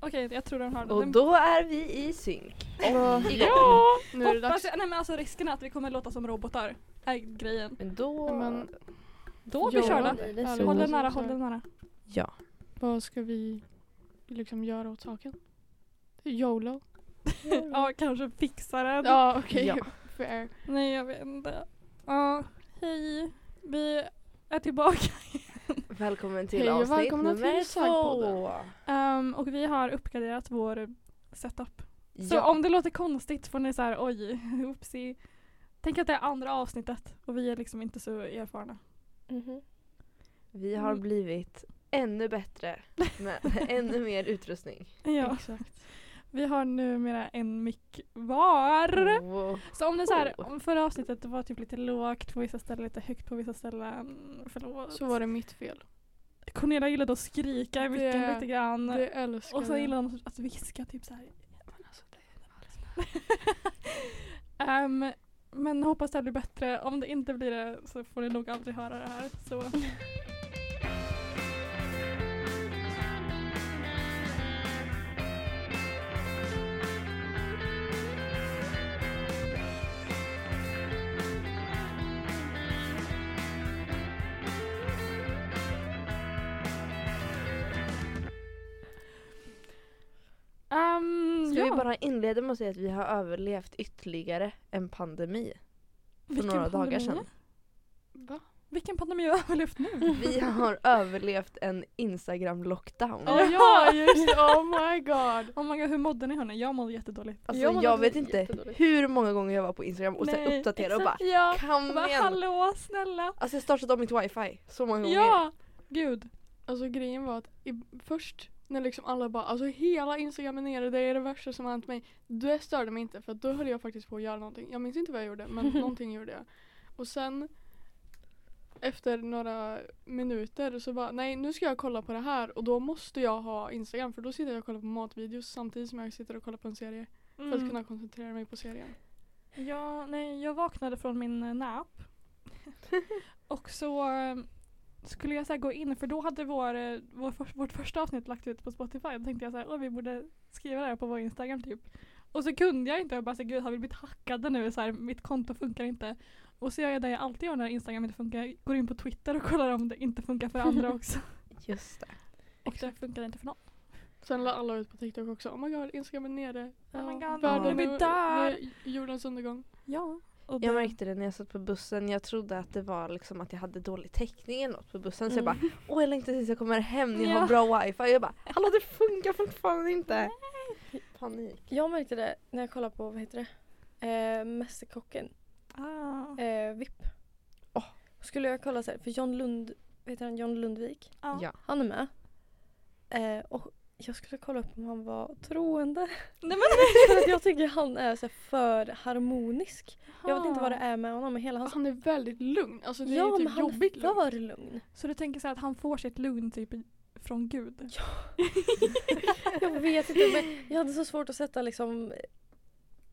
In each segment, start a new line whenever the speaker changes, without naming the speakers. Okej, jag tror den har den.
Och då är vi i synk. Och-
Ja!
Nu är det
Hoppas
dags.
jag, nej men alltså risken är att vi kommer låta som robotar. Är grejen.
Men då...
Men
Då är vi
Ja.
körda.
blir det
Håll
Håll
så.
den nära, håll den nära.
Ja.
vad ska vi liksom göra åt saken? YOLO?
Ja, kanske fixa den.
Ja okej,
Ja.
fair.
Nej, jag vet inte. Ja, hej. Vi är tillbaka.
Välkommen till
Hej och
avsnitt
välkomna till
nummer två.
Sagpodden.
Ehm, och vi har uppgraderat vår setup. Så
Ja.
om det låter konstigt får ni så här, oj, oopsie. Tänk att det är andra avsnittet och vi är liksom inte så erfarna.
Vi har
Mm.
blivit ännu bättre med ännu mer utrustning.
Ja,
Exakt.
vi har numera en mick var.
Wow.
Så om det är så här,
Oh.
om förra avsnittet var typ lite lågt på vissa ställen, lite högt på vissa ställen. Förlåt.
Så var det mitt fel.
Cornelia gillade att skrika i micken
Det-
lite grann.
Det älskar
och så
jag.
gillade hon att viska typ så här.
alltså,
Ehm, men hoppas det här blir bättre. Om det inte blir det så får ni nog aldrig höra det här. Så. Ehm,
Ska vi
ja.
bara inleda med att säga att vi har överlevt ytterligare en pandemi för
Vilken
några dagar
pandemi?
sedan.
Va?
Vilken pandemi har jag överlevt nu?
Vi har överlevt en Instagram-lockdown.
Ja, ja just det. oh my god.
Oh my god, hur mådde ni hörni? Jag mådde jättedåligt.
Alltså,
Jag
jag,
mådde
vet inte
jättedåligt.
hur många gånger jag var på Instagram och sen
Nej,
uppdaterade och bara
exakt, Ja,
Kom
jag bara
igen!
hallå snälla.
Alltså jag startade om mitt wifi så många gånger.
Ja, gud.
Alltså grejen var att i, först när liksom alla bara alltså hela instagram är nere, det är det värsta som har hänt mig. Det störde mig inte för att då höll jag faktiskt på att göra någonting. Jag minns inte vad jag gjorde men någonting gjorde jag. Och sen efter några minuter så bara nej nu ska jag kolla på det här och då måste jag ha instagram för då sitter jag och kollar på matvideos samtidigt som jag sitter och kollar på en serie. För
Mm.
att kunna koncentrera mig på serien.
Ja, nej, jag vaknade från min eh, nap. och så eh, skulle jag så här gå in, för då hade vår, eh, vår, för- vårt första avsnitt lagt ut på Spotify. Då tänkte jag så här, åh vi borde skriva det här på vår Instagram typ. Och så kunde jag inte, jag bara så här, gud har vi blivit hackade nu? Så här, mitt konto funkar inte. Och så gör jag det jag alltid gör när Instagram inte funkar. Jag går in på Twitter och kollar om det inte funkar för andra också.
Just det.
och det funkar inte för någon.
Sen la alla ut på TikTok också. Oh my god, Instagram är nere.
Oh my
Ja,
god,
Världen
vi
är
dör.
det är Jordens undergång.
Ja. Och
Jag
det-
märkte det när jag satt på bussen. Jag trodde att det var liksom att jag hade dålig täckning eller något på bussen. Så jag
Mm.
bara åh jag längtar tills jag kommer hem när jag
Ja.
har bra wifi. Jag bara hallå det funkar fortfarande inte. Panik.
Jag märkte det när jag kollade på, vad heter det? Eh, Mästerkocken,
Ah,
eh, VIP.
Åh.
Skulle jag kolla så här, för John Lund, vad heter han, John Lundvik,
ja.
Ja.
han är med. Eh, och jag skulle kolla upp om han var troende.
Nej,
för att jag tycker han är så här för harmonisk. Jag vet inte
Ah.
vad det är med honom men hela hans...
Alltså, Han är väldigt lugn. Alltså det
ja
är
men
typ
han
jobbigt
är
lugn.
för lugn.
Så du tänker så här att han får sitt lugn typ i- från Gud?
Jag vet inte men jag hade så svårt att sätta liksom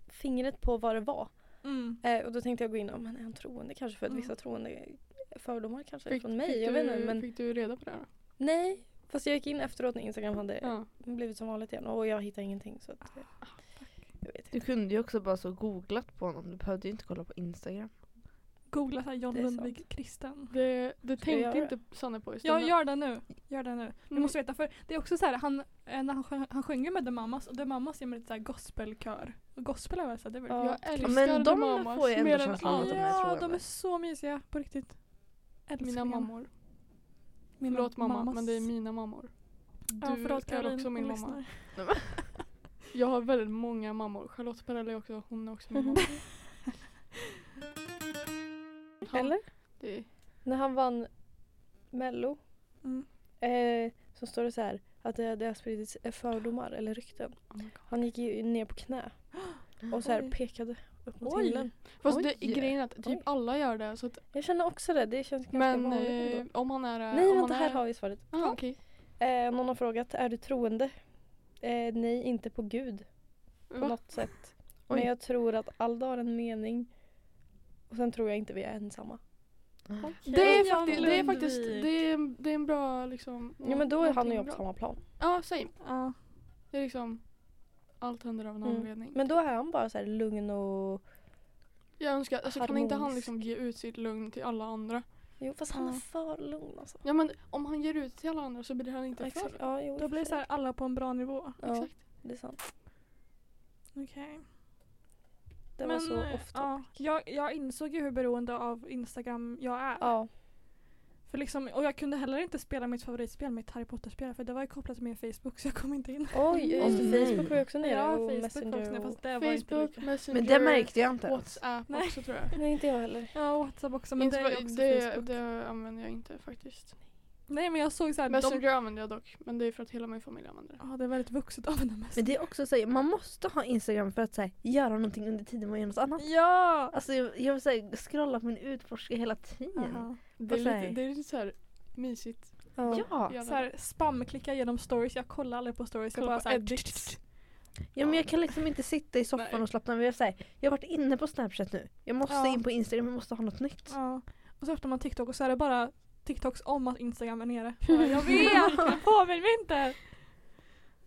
fingret på vad det var.
Mm.
Eh, och då tänkte jag gå in om men är han troende kanske för att
Mm.
vissa troende eh, fördomar kanske
Fick-
från mig.
fick
Jag vet
du-
inte men
Fick du reda på det här? då?
Nej, fast jag gick in efteråt när Instagram hade
Ja. Ah,
blivit som vanligt igen och jag hittade ingenting så att eh, jag vet
Du
inte.
kunde ju också bara så googlat på honom. Du behövde ju inte kolla på Instagram.
Googla så här John
Det är
Lundvik kristen.
Det, det
Ska jag
tänkte
göra
inte Sanne på i
Ja,
stunden.
gör det nu. Gör det nu. Du
Mm.
måste veta för det är också så här han, eh, när han, sjöng, han sjöng ju med The Mamas och The Mamas är med lite så här gospelkör. Och gospel är väl så här, det är väl
Ja.
Jag
Ja,
älskar
men
The
de
Mamas
får jag ändå
mer än
känslan av att de
allt.
är
Ja,
troende.
de är så mysiga på riktigt. Älskar
Mina
dem.
mammor.
Mina
Förlåt mamma
mammas.
men det är mina mammor. Du
Ja, förlåt
är
Caroline,
också min
hon
mamma.
lyssnar.
Jag har väldigt många mammor. Charlotte Perrelli också, hon är också min mamma. Han-
Eller?
Det är,
När han vann mello
Mm.
eh, så står det så här att det, det har spridits eh, fördomar eller rykten.
oh my God.
Han gick ju ner på knä och så här
Oj.
pekade upp mot
Oj.
himlen.
Fast
Oj.
det, grejen är att typ
Oj.
alla gör det. Så att,
Jag känner också det, det känns ganska
men
vanligt
eh,
ändå.
om han är... eh,
Nej
om
vänta,
han är,
här har vi svaret.
Ah, okej.
Eh, någon har frågat, är du troende? Eh, nej, inte på gud på
Va?
något sätt.
Oj.
Men jag tror att alla har en mening. Och sen tror jag inte vi är ensamma.
Det är,
Jan
faktiskt, det är faktiskt
Lundvik.
det är, det är en bra liksom...
Ja men då är han och
någonting
jag på
bra.
samma plan.
Ja, same.
Ja.
Det är liksom, allt händer av en
Mm.
anledning.
Men då är han bara så här lugn och...
jag önskar, alltså kan inte han
harmonisk.
liksom ge ut sitt lugn till alla andra?
Jo fast han är
Ja.
för lugn alltså.
Ja men om han ger ut till alla andra så blir han inte för.
Exakt. Ja, jo, i
Då
och
blir
för
det så här alla på en bra nivå.
sig. Ja,
Exakt.
det är sant.
Okej.
Det var
Men,
så
eh,
ofta.
ja, jag, jag insåg ju hur beroende av Instagram jag är.
Ja.
För liksom, och jag kunde heller inte spela mitt favoritspel, mitt Harry Potter-spel, för det var ju kopplat till min Facebook så jag kom inte in.
Oj,
Åh,
just det,
nej.
Facebook var ju också nere
Mm. Ja,
och
Facebook också,
Messenger och...
fast det var inte
Facebook,
lika.
Messenger,
Men det märkte jag inte ens.
Whatsapp
Nej.
också tror jag.
Nej inte jag heller.
Ja, Whatsapp också, men
Men
det är ju
det,
också
det,
Facebook.
det använder jag inte faktiskt.
Nej men jag såg såhär, de...
Messenger använder jag dock, men det är för att hela min familj använder det.
Ja, det är väldigt vuxet av henne Messenger.
Men det är också så här, man måste ha Instagram för att så här, göra någonting under tiden man gör något annat.
Ja!
Alltså jag, jag vill så här, scrolla på min utforska hela tiden.
Aha.
Det är
Varför?
lite, det är lite så här mysigt.
Ja. Ja.
Jävlar.
Så här, spamklicka genom stories, jag kollar aldrig på stories.
Kolla
jag bara
på
såhär,
edits.
men jag kan liksom inte sitta i soffan
Nej.
och slappna av. Jag, är så här, jag har varit inne på Snapchat nu. Jag måste
Ja.
in på Instagram, jag måste ha något nytt.
Ja. Och så öppnar man TikTok och så är det bara TikToks om att Instagram är nere. Ja, jag vet! Påminn mig inte!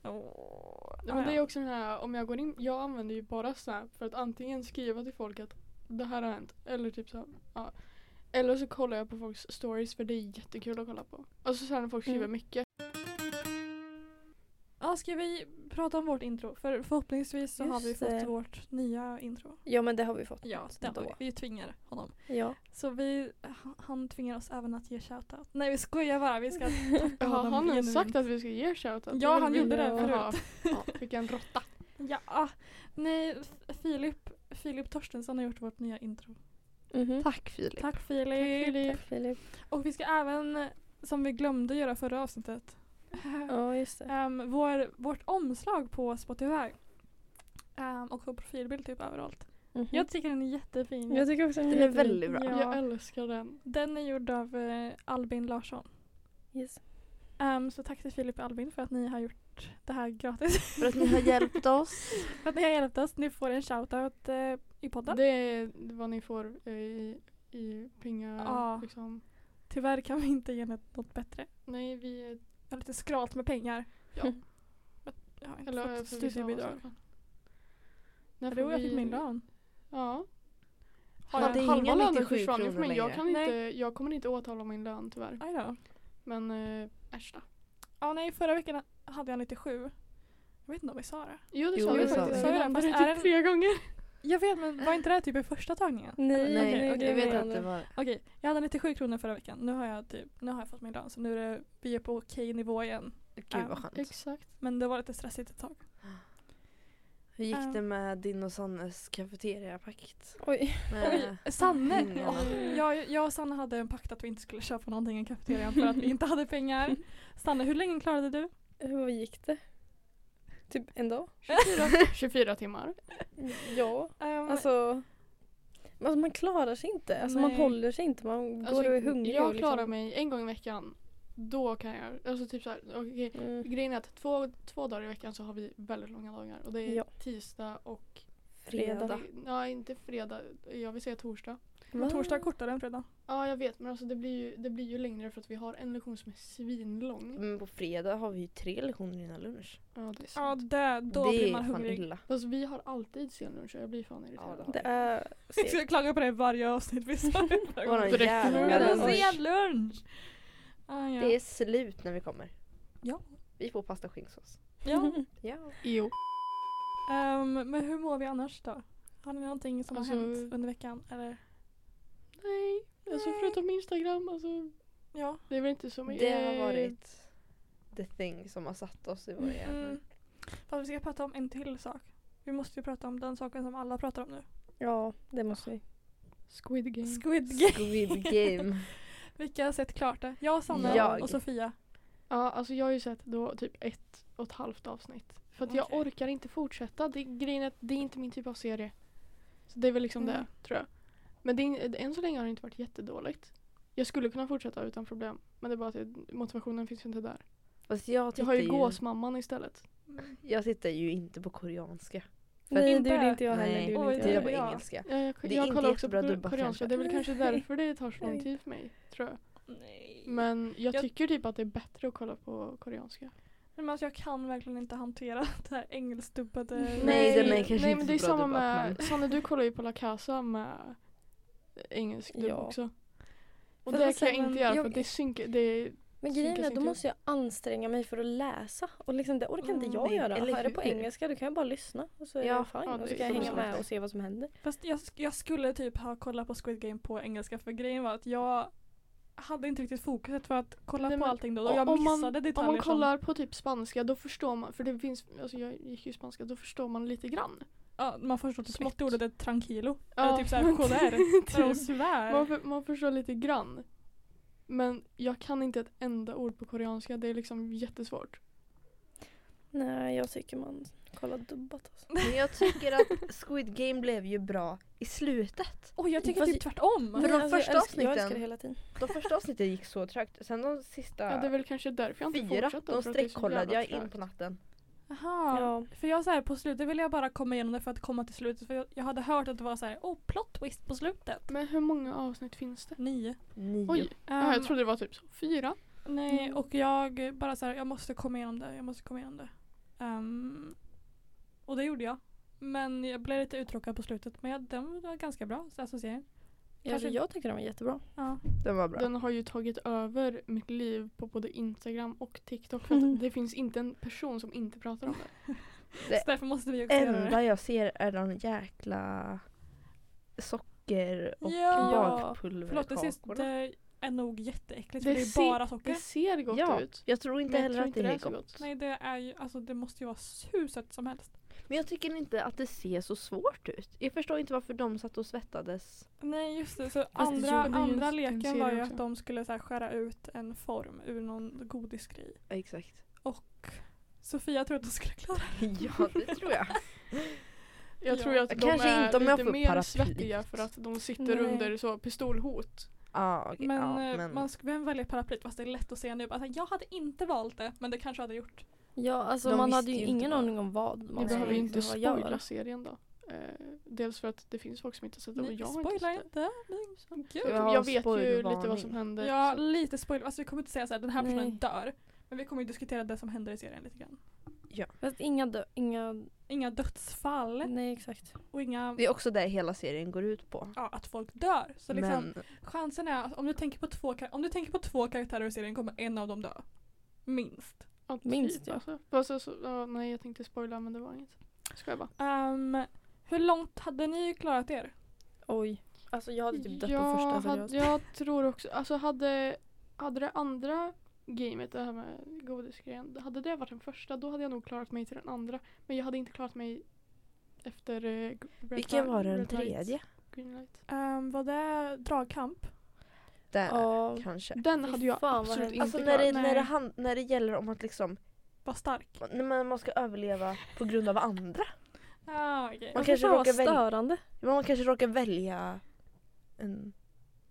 Ja, men det är också den här, om jag går in, jag använder ju bara Snap för att antingen skriva till folk att det här har hänt eller typ så, ja. Eller så kollar jag på folks stories för det är jättekul att kolla på. Alltså så här när folk skriver
Mm.
mycket.
Ja, ska vi prata om vårt intro? För förhoppningsvis så har vi
Just
fått
det.
vårt nya intro.
Ja men det har vi fått.
Ja, det har vi.
Då.
Vi tvingar honom.
Ja.
Så vi, han tvingar oss även att ge shoutout. Nej vi skojar bara, vi ska tacka
Har
honom
han ens
genuint.
sagt att vi ska ge shoutout?
Ja,
Men
han
vi-
gjorde det
Jaha.
förut.
Ja, Vilken råtta.
Ja, nej F- Filip, Filip Torstensson har gjort vårt nya intro.
Mhm.
Tack Filip.
Tack Filip.
Tack Filip.
Och vi ska även, som vi glömde göra förra avsnittet,
Ja just det.
um, vår, vårt omslag på Spotify. Ehm, och vår profilbild typ överallt.
Mhm.
Jag tycker den är jättefin.
Jag tycker också
Den är väldigt bra.
Ja.
Jag älskar den.
Den är gjord av eh, Albin Larsson.
Yes.
Ehm, så tack till Filip och Albin för att ni har gjort det här gratis.
För att ni har hjälpt oss.
för att ni har hjälpt oss. Ni får en shoutout eh, i podden.
Det är vad ni får eh, i, i pengar.
Ja.
Liksom.
Tyvärr kan vi inte ge något, något bättre.
Nej, vi är...
Jag har lite skralt med pengar.
Ja.
Mm. Men Jag har inte
Eller
fått
för vissa av oss i alla
studiebidrag.
fall. När
Jag tror jag
vi-
fick min lön.
Ja.
Har
Ja,
jag
det är
Halva
inga
lönen
97
försvann ju för
kronor
mig. Jag,
längre.
kan inte, jag kommer inte åtala min lön tyvärr.
Aj då.
Men eh, äsch då.
Ja nej förra veckan hade jag 97. Jag vet inte om vi sa det.
Jo det
Jo,
sa
det
vi
sa
faktiskt.
vi.
Vi nämnde
Fast
det
är
typ
det-
tre gånger.
Jag vet men var inte det här typ i första tagningen?
Nej,
Nej,
okej,
jag
okej.
vet att det var
Okej, jag hade 97 kronor förra veckan. Nu har jag, typ, nu har jag fått min lön så nu är det, vi är på okej nivå igen.
Gud vad skönt.
Exakt.
Men det var lite stressigt ett tag.
Hur gick
Ja.
det med din och Sannes eh, cafeteriapakt?
Oj.
Med-
Sanne!
Pengarna.
Åh, jag, jag och Sanne hade en pakt att vi inte skulle köpa någonting i kafeterian för att vi inte hade pengar. Sanne, hur länge klarade du?
Hur gick det? Typ en dag?
24, 24 timmar.
Ja.
Ehm,
Alltså, alltså man klarar sig inte. Alltså man
Nej.
håller sig inte. Man
Alltså,
går och är hungrig. och
jag
liksom-
klarar mig en gång i veckan. Då kan jag, alltså typ såhär, okej.
Mm.
Grejen är att två, två dagar i veckan så har vi väldigt långa dagar och det är
Ja.
tisdag och
Fredag.
Ja, inte fredag. Jag vill säga torsdag.
men torsdag är kortare än fredag.
Ja, jag vet men alltså det blir ju, det blir ju längre för att vi har en lektion som är svinlång.
Men på fredag har vi ju tre lektioner innan lunch.
Ja, det är
Ja,
sant.
det, då
det
blir
är
man
fan
hungrig.
illa.
Fast Alltså, vi har alltid sen lunch och jag blir fan irriterad.
Ja,
Det är
Vi ska
segt.
klaga på det i varje avsnitt vi sa.
Våran
direkt
jävla
lunch.
lunch.
Sen lunch! Ah, ja.
Det är slut när vi kommer.
Ja.
Vi får pasta och skinksås.
ja.
Ja.
Jo.
Ehm, men hur mår vi annars då? Har ni någonting som
Alltså-
har hänt under veckan? Eller?
Nej. Alltså
Nej.
förutom Instagram alltså.
Ja.
Det Mhm. är väl inte så mycket.
Det har varit the thing som har satt oss i våra hjärnor.
Mm. Fast vi ska prata om en till sak. Vi måste ju prata om den saken som alla pratar om nu.
Ja, det måste vi.
Squid Game.
Squid Game.
Squid game.
Vilka har sett klart det? Jag, Sanna
Jag.
och Sofia.
Ja, alltså jag har ju sett då typ ett och ett halvt avsnitt. För att jag
Okej.
orkar inte fortsätta. Det, grejen är att det är inte min typ av serie. Så det är väl liksom
Mm.
det, tror jag. Men det är, än så länge har det inte varit jättedåligt. Jag skulle kunna fortsätta utan problem. Men det är bara att jag- motivationen finns ju inte där.
Fast jag
Jag
tittar
har ju
ju,
gåsmamman istället.
Mm.
jag tittar ju inte på koreanska.
Nej,
Inte-
det gjorde inte jag heller.
Nej,
Det gjorde
Oj,
jag
inte
tittar
jag
på
heller.
Ja.
engelska.
Jag, jag,
är
jag
inte
kollar också
jättebra
på
dubbat
koreanska.
kanske.
Det är väl kanske därför det tar så lång
Nej.
tid för mig, tror jag.
Nej.
Men jag
Jag-
tycker typ att det är bättre att kolla på koreanska.
Men alltså jag kan verkligen inte hantera det här engelskdubbade.
Nej, den är
Nej.
kanske
nej,
inte
men det är
så bra
samma
dubbat,
med,
men-
Sanne du kollar ju på La Casa med engelsk dubb
Ja.
också. Och
Fast
det
alltså,
kan jag
men
inte göra för
jag-
att det synker, det är
Men
Synkas
grejen är, då
inte
måste jag anstrenga mig för att läsa. Och liksom det orkar inte
Mm,
jag
nej,
göra.
eller
Har jag det på
hur?
engelska då kan jag bara lyssna. Och så är
Ja,
det fine.
ja,
och
det
så
är
kan jag
så
hänga
sant.
med och se vad som händer.
Fast jag, jag skulle typ ha kollat på Squid Game på engelska för grejen var att jag hade inte riktigt fokuset för att kolla
Nej,
på
men
allting då och jag
om man,
missade detaljer
Om man
som-
kollar på typ spanska då förstår man, för det finns, alltså jag gick ju spanska, då förstår man lite grann.
Ja, man förstår typ
Smått.
smått ordet är tranquilo.
Ja,
Eller typ såhär
men
joder. När de
typ. Man,
svär.
för, man förstår lite grann. Men jag kan inte ett enda ord på koreanska, det är liksom jättesvårt.
Nej, jag tycker man kollar dubbat. Alltså.
Men jag tycker att Squid Game blev ju bra i slutet.
Oj jag tycker
Fast-
typ tvärtom.
För de
alltså, jag
första
älskar- Jag älskar
avsnitten-
det hela tiden.
De första avsnitten gick så trögt. Sen de sista
Ja, det är väl kanske därför jag inte
fyra,
fortsatte.
de
för att det är så
streckkollade
jävla
jag in
trögt.
på natten.
Jaha.
Ja.
För jag såhär på slutet ville jag bara komma igenom det för att komma till slutet. För jag, jag hade hört att det var såhär oh plot twist på slutet.
Men hur många avsnitt finns det?
Nio.
Nio.
Oj, ja,
Ehm,
jag Mm. trodde det var typ så, fyra.
Nej och jag bara såhär jag måste komma igenom det. Jag måste komma igenom det. Ehm, och det gjorde jag. Men jag blev lite uttråkad på slutet. Men jag, den var ganska bra alltså serien.
Alltså, jag tyckte den var jättebra.
Ja.
Den var bra.
Den har ju tagit över mitt liv på både Instagram och TikTok. För att det finns inte en person som inte pratar om det.
Det
Så därför måste vi också göra det.
enda jag ser är de jäkla socker och
Ja. Förlåt det, sist,
bakpulverkakorna.
det är nog jätteäckligt
Det
för det är
ser-
bara socker.
Det ser gott
Ja,
ut.
jag tror inte
men jag
heller
tror
att det
inte
är
är så
gott.
gott.
Nej det är ju, alltså det måste ju vara hur sött som helst.
Men jag tycker inte att det ser så svårt ut. Jag förstår inte varför de satt och svettades.
Nej just det, så
det
andra,
är ju- det är ju
andra
en- en
leken
serie
var ju
också.
att de skulle så här, skära ut en form ur någon godisgrej.
Exakt.
Och Sofia trodde att hon skulle klara det.
Ja, det tror jag.
Jag
Ja.
tror att de
Kanske
är
inte om jag
lite
får
mer
paraplyt.
svettiga för att de sitter
Nej.
under så pistolhot.
Ah, okej,
Men,
ja,
eh,
men
man ska vem väljer paraplyt fast det är lätt att säga nu. Alltså, jag hade inte valt det men det kanske jag hade gjort.
Ja, alltså
De
man
visste
hade ju
ju inte
ingen
vad-
aning om vad man
Ni behöver ju
skulle liksom
inte
behöva göra.
spoila serien då. Eh, dels för att det finns folk som inte har sett det och
Ni
jag har inte
spoilar
sett det.
inte. Ni-
Jag,
Gud.
Ja,
jag vet ju
spoilervarning.
lite vad som händer.
Ja
så-
lite spoiler, alltså vi kommer inte säga så här den här personen
Nej.
dör. Men vi kommer ju diskutera det som händer i serien lite grann.
Fast inga, dö- inga...
Inga dödsfall
Nej, exakt.
och inga,
det är också det hela serien går ut på.
ja att folk dör. Så liksom,
men
Chansen är att om du tänker på två, kar- om du tänker på två karaktärer i serien kommer en av dem dö. Minst.
ja, typ,
minst, ja.
Alltså. Fast alltså, ja, nej jag tänkte spoila men det var inget. Ska jag bara.
Ehm, hur långt hade ni klarat er?
Oj. Alltså jag hade typ dött
jag,
på första seriöst.
hade, jag tror också, alltså hade, hade det andra gamet, det här med godisgrejen, hade det varit den första då hade jag nog klarat mig till den andra. Men jag hade inte klarat mig efter eh, g- red
vilken
light-
var den
red light,
tredje?
green light.
Um, var det dragkamp?
Där
Ja.
kanske.
Den
Fy
hade jag
fan vad
absolut
hemskt.
inte
Alltså när
klarat.
det,
Nej.
när, det hand, när det gäller om att liksom,
Var stark?
när man, man ska överleva på grund av andra.
Ah, okej.
Man
Man
kanske
kanske råkar
råkar välja-
störande.
Men man kanske råkar välja en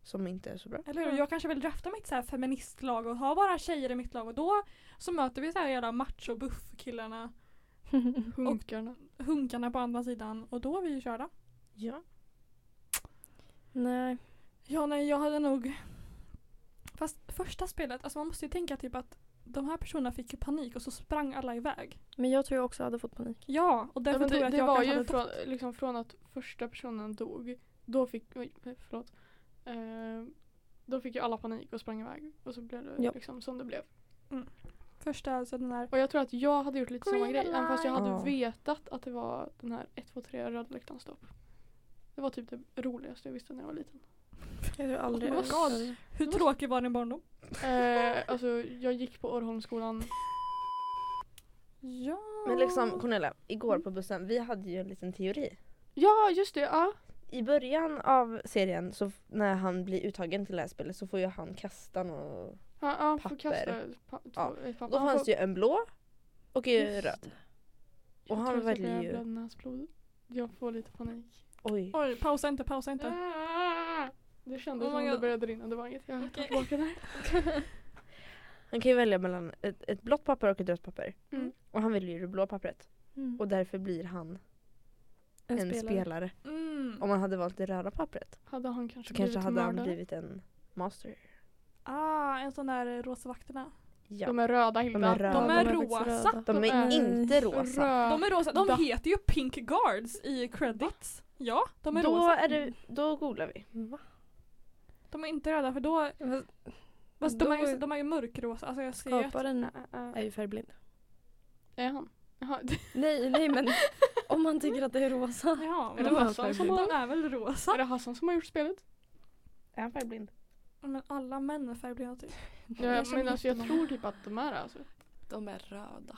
som inte är så bra.
Eller hur? Jag kanske vill drafta mitt så här feministlag och ha bara tjejer i mitt lag och då så möter vi så här jävla macho-buff-killarna,
Hunkarna.
hunkarna på andra sidan och då är vi ju körda.
Ja.
Nej.
Ja, nej, jag hade nog... Fast första spelet, alltså man måste ju tänka typ att de här personerna fick ju panik och så sprang alla iväg.
Men jag tror jag också hade fått panik.
Ja, och
Ja,
därför
men
tror jag
det
att jag
det var
kanske
ju
hade
från,
dött.
liksom från att första personen dog, då fick, oj, förlåt. Eh, då fick ju alla panik och sprang iväg och så blev det
Ja.
liksom som det blev.
Första, alltså den här...
Och jag tror att jag hade gjort lite samma
Green
grej även fast jag hade
light. Ja.
vetat att det var den här 1, 2, 3 rödläktaren stopp. Det var typ det roligaste jag visste när jag var liten.
Jag tror aldrig
Oh my
jag-
god. Hur
det var-
tråkig var din barndom?
Eh, alltså jag gick på Årholmsskolan.
Ja.
Men liksom Cornelia, igår på bussen, vi hade ju en liten teori.
Ja just det, ja.
I början av serien, så f- när han blir uttagen till det här spelet så får ju han kasta något.
Han, han får
Papper.
kasta ett pa,
Ja.
två- ett papper.
Då
Han
fanns
får-
det ju en blå och en
Just
röd.
det.
Och
Jag
han
tror att jag
väljer
börjar
ju-
blöda näsblod. Jag får lite panik.
Oj.
Oj, pausa inte, pausa inte.
Ah! Det kändes
Oh my
som om det
God.
började rinna, det var inget. Jag tar
Okej.
tillbaka det här.
Han kan ju välja mellan ett, ett blått papper och ett rött papper.
Mm.
Och han väljer ju det blå pappret.
Mm.
Och därför blir han en, spelare.
Mm.
Om han hade valt det röda pappret
Hade han kanske
så kanske
blivit
hade han
mördare?
blivit en master.
Ah, en sån där eh, Rosa vakterna.
Ja.
De är röda Hilda.
De är röda.
De
Ja,
är
de är faktiskt
rosa.
röda.
De är inte rosa.
röda.
De är rosa.
Da.
De heter ju Pink Guards i credits. Ja, de är
då,
rosa.
Är det, då googlar vi.
De är inte röda för då...
Fast-
Fast de,
då-
är ju, de är ju mörkrosa. Alltså jag ser ju att...
Skaparen
Äh,
är
äh.
ju färgblind.
Är han? Jaha.
Nej, nej men om man tycker att det är rosa.
Ja,
Är
men
det
de,
Hassan som
de
har,
är väl
är
rosa?
det Hassan som har gjort spelet?
Är han färgblind?
Men alla män är färgblinda typ.
Ja,
känner
men alltså jag
jättemånga.
tror typ att de är alltså.
De är röda.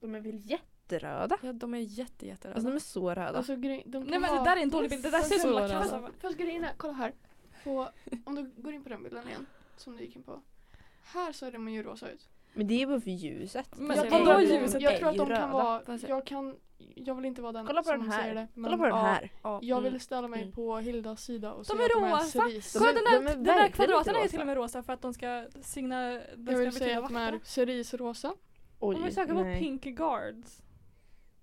De är väl jätteröda?
Ja, de är jätte, jätteröda.
Alltså de är så röda.
alltså grej, de kan
Nej men det
ha-
där är en dålig bild. Det där ser ut som en
Sådana.
kass.
Fast, fast grejen är, kolla här. På, om du går in på den bilden igen, som du gick in på. Här ser de ju rosa ut.
Men det är ju bara för ljuset.
Men
Jag
jag
tror
tror
att-
ljuset
jag tror att de
är ju
kan
röda.
vara,
Vad säger-
jag kan, jag vill inte vara den
Kolla på
som
den här.
säger det.
Kolla på den
ja,
här.
Ja,
Jag
mm.
vill ställa mig
Mm.
på Hildas sida och
De
säga
är
att de
rosa.
är cerise.
Kolla
De
den
är-
där,
de är
den
verkligen
där
inte
kvadraten är ju till och
rosa.
med rosa för att de ska signa... Den
Jag
ska
vill säga
betyda
att de är
vackra.
cerise-rosa.
Oj.
Om vi söker på
nej.
Pink Guards.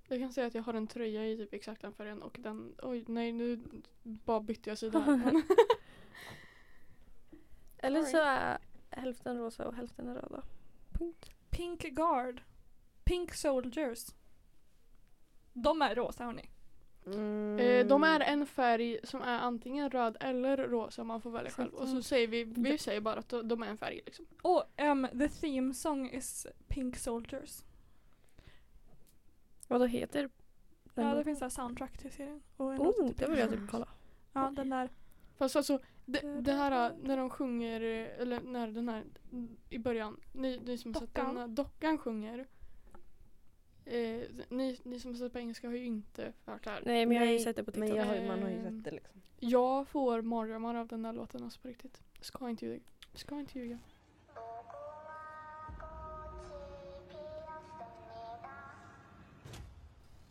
Jag kan säga att jag har en tröja i typ exakt den färgen och den, oj nej nu bara bytte jag sida. här. Men-
Eller så är hälften rosa och hälften är röda.
Pink Guard. Pink Soldiers. De är rosa hörni.
Mm.
Eh, De är en färg som är antingen röd eller rosa, man får välja
Exakt.
själv. Och så säger vi, vi säger bara att de de är en färg liksom.
Och um, the theme song is Pink Soldiers.
Vad då heter den?
Ja, det
låten?
finns en soundtrack till serien. Och en låt
oh,
till
det vill jag typ kolla.
Ja, den där.
Fast alltså det, det här när de sjunger, eh, eller när den här i början, ni, ni som har sett
Dockan.
den här dockan sjunger. Eh, ni, ni som har sett på engelska har ju inte hört det här.
Nej, men jag har ju
Nej,
sett det på
Men
TikTok.
jag har, ju- man har ju
Ehm.
sett det liksom.
Jag får mardrömmar av den här låten alltså på riktigt. Ska inte ljuga. Ska inte ljuga.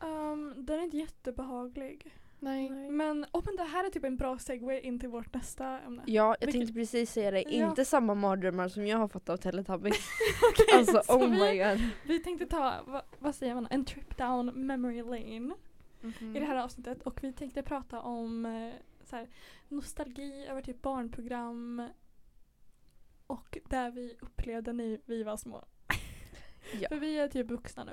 Ehm, den är inte jättebehaglig.
Nej.
Men, oh, men det här är typ en bra segue in till vårt nästa ämne.
Ja, jag
Vilket-
tänkte precis säga det.
Ja.
Inte samma mardrömmar som jag har fått av Teletubbies.
Okej,
alltså
så
oh
vi,
my god.
vi tänkte ta, va, vad säger man, en trip down memory lane
Mhm.
i det här avsnittet och vi tänkte prata om eh, så här, nostalgi över typ barnprogram och där vi upplevde när vi var små.
Ja.
För vi är typ vuxna nu.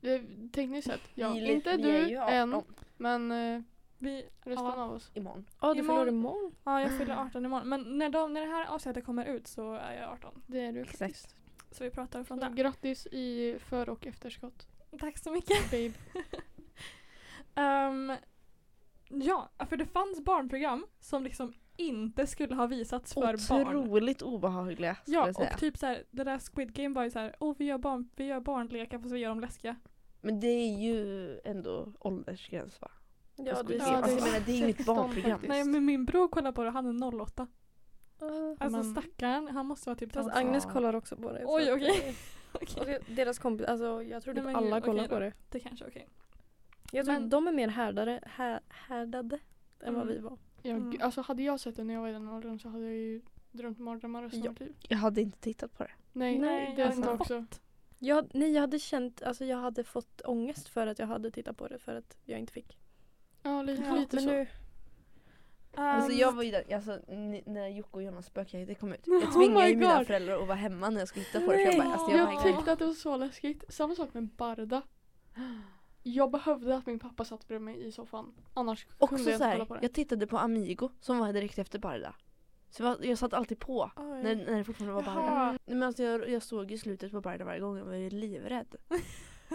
Det, tekniskt sett, ja.
Vi är lite-
inte
vi är
du
ju
än,
18
men eh,
Vi,
resten
Ja.
av oss.
Imorgon.
Ja, du
Imorgon-
förlorar imorgon.
ja, jag fyller 18 imorgon men när, de, när det här avsnittet kommer ut så är jag 18.
Det är du
Exakt.
faktiskt.
Så vi pratar från
Så
det.
grattis i för och efterskott.
Tack så mycket.
Babe.
Ehm, ja, för det fanns barnprogram som liksom inte skulle ha visats för barn.
Otroligt obehagliga skulle
Ja,
jag säga.
och typ så här, det där Squid Game var ju så här, åh vi gör, barn, vi gör barnlekar fast vi gör dem läskiga.
Men det är ju ändå åldersgräns va?
Ja,
det,
du
ja,
ser.
alltså,
det-
jag menar, det är inget
16
barnprogram.
faktiskt.
Nej men min bror kollar på det och han är 08. Alltså
Men-
stackarn, han måste vara typ
Fast
12.
Agnes
Ja.
kollar också på det.
Oj,
så att,
okej.
eh,
Okej,
och det- Deras kompis, alltså jag tror
Nej,
typ
men
alla
gud,
kollar
okej
på
då.
det.
det kanske är okej.
Jag tror
Men-
att de är mer härdare, här, härdade än vad
Mm.
vi var.
Ja,
Mm.
g- Alltså hade jag sett det när jag var i den åldern så hade jag ju drömt mardrömmar resten
Ja.
av mitt liv.
Jag hade inte tittat på det.
Nej,
Nej, alltså,
det
jag
hade inte
hade
också.
Jag, nej, jag hade känt, alltså jag hade fått ångest för att jag hade tittat på det för att jag inte fick.
Ja, lite,
Ja,
lite
Men
så.
nu,
Alltså
Ehm,
jag var ju där, alltså, n- när Jocke och Jonas spökjakt kom ut.
Oh
Jag tvingade ju
my
mina
God.
föräldrar att vara hemma när jag skulle titta på det. För jag
Nej.
bara, alltså, jag,
Ja.
bara,
Jag
var-
tyckte att det var så läskigt. Samma sak med Barda. Jag behövde att min pappa satt bredvid mig i soffan. Annars
Också
kunde jag
så
inte kolla på
här,
det.
jag tittade på Amigo som var direkt efter Barda. Så jag, jag satt alltid på
oj.
när, när det fortfarande var Barda.
Jaha.
Mm.
Nej, men alltså, jag, jag såg ju slutet på Barda varje gång, jag var ju livrädd.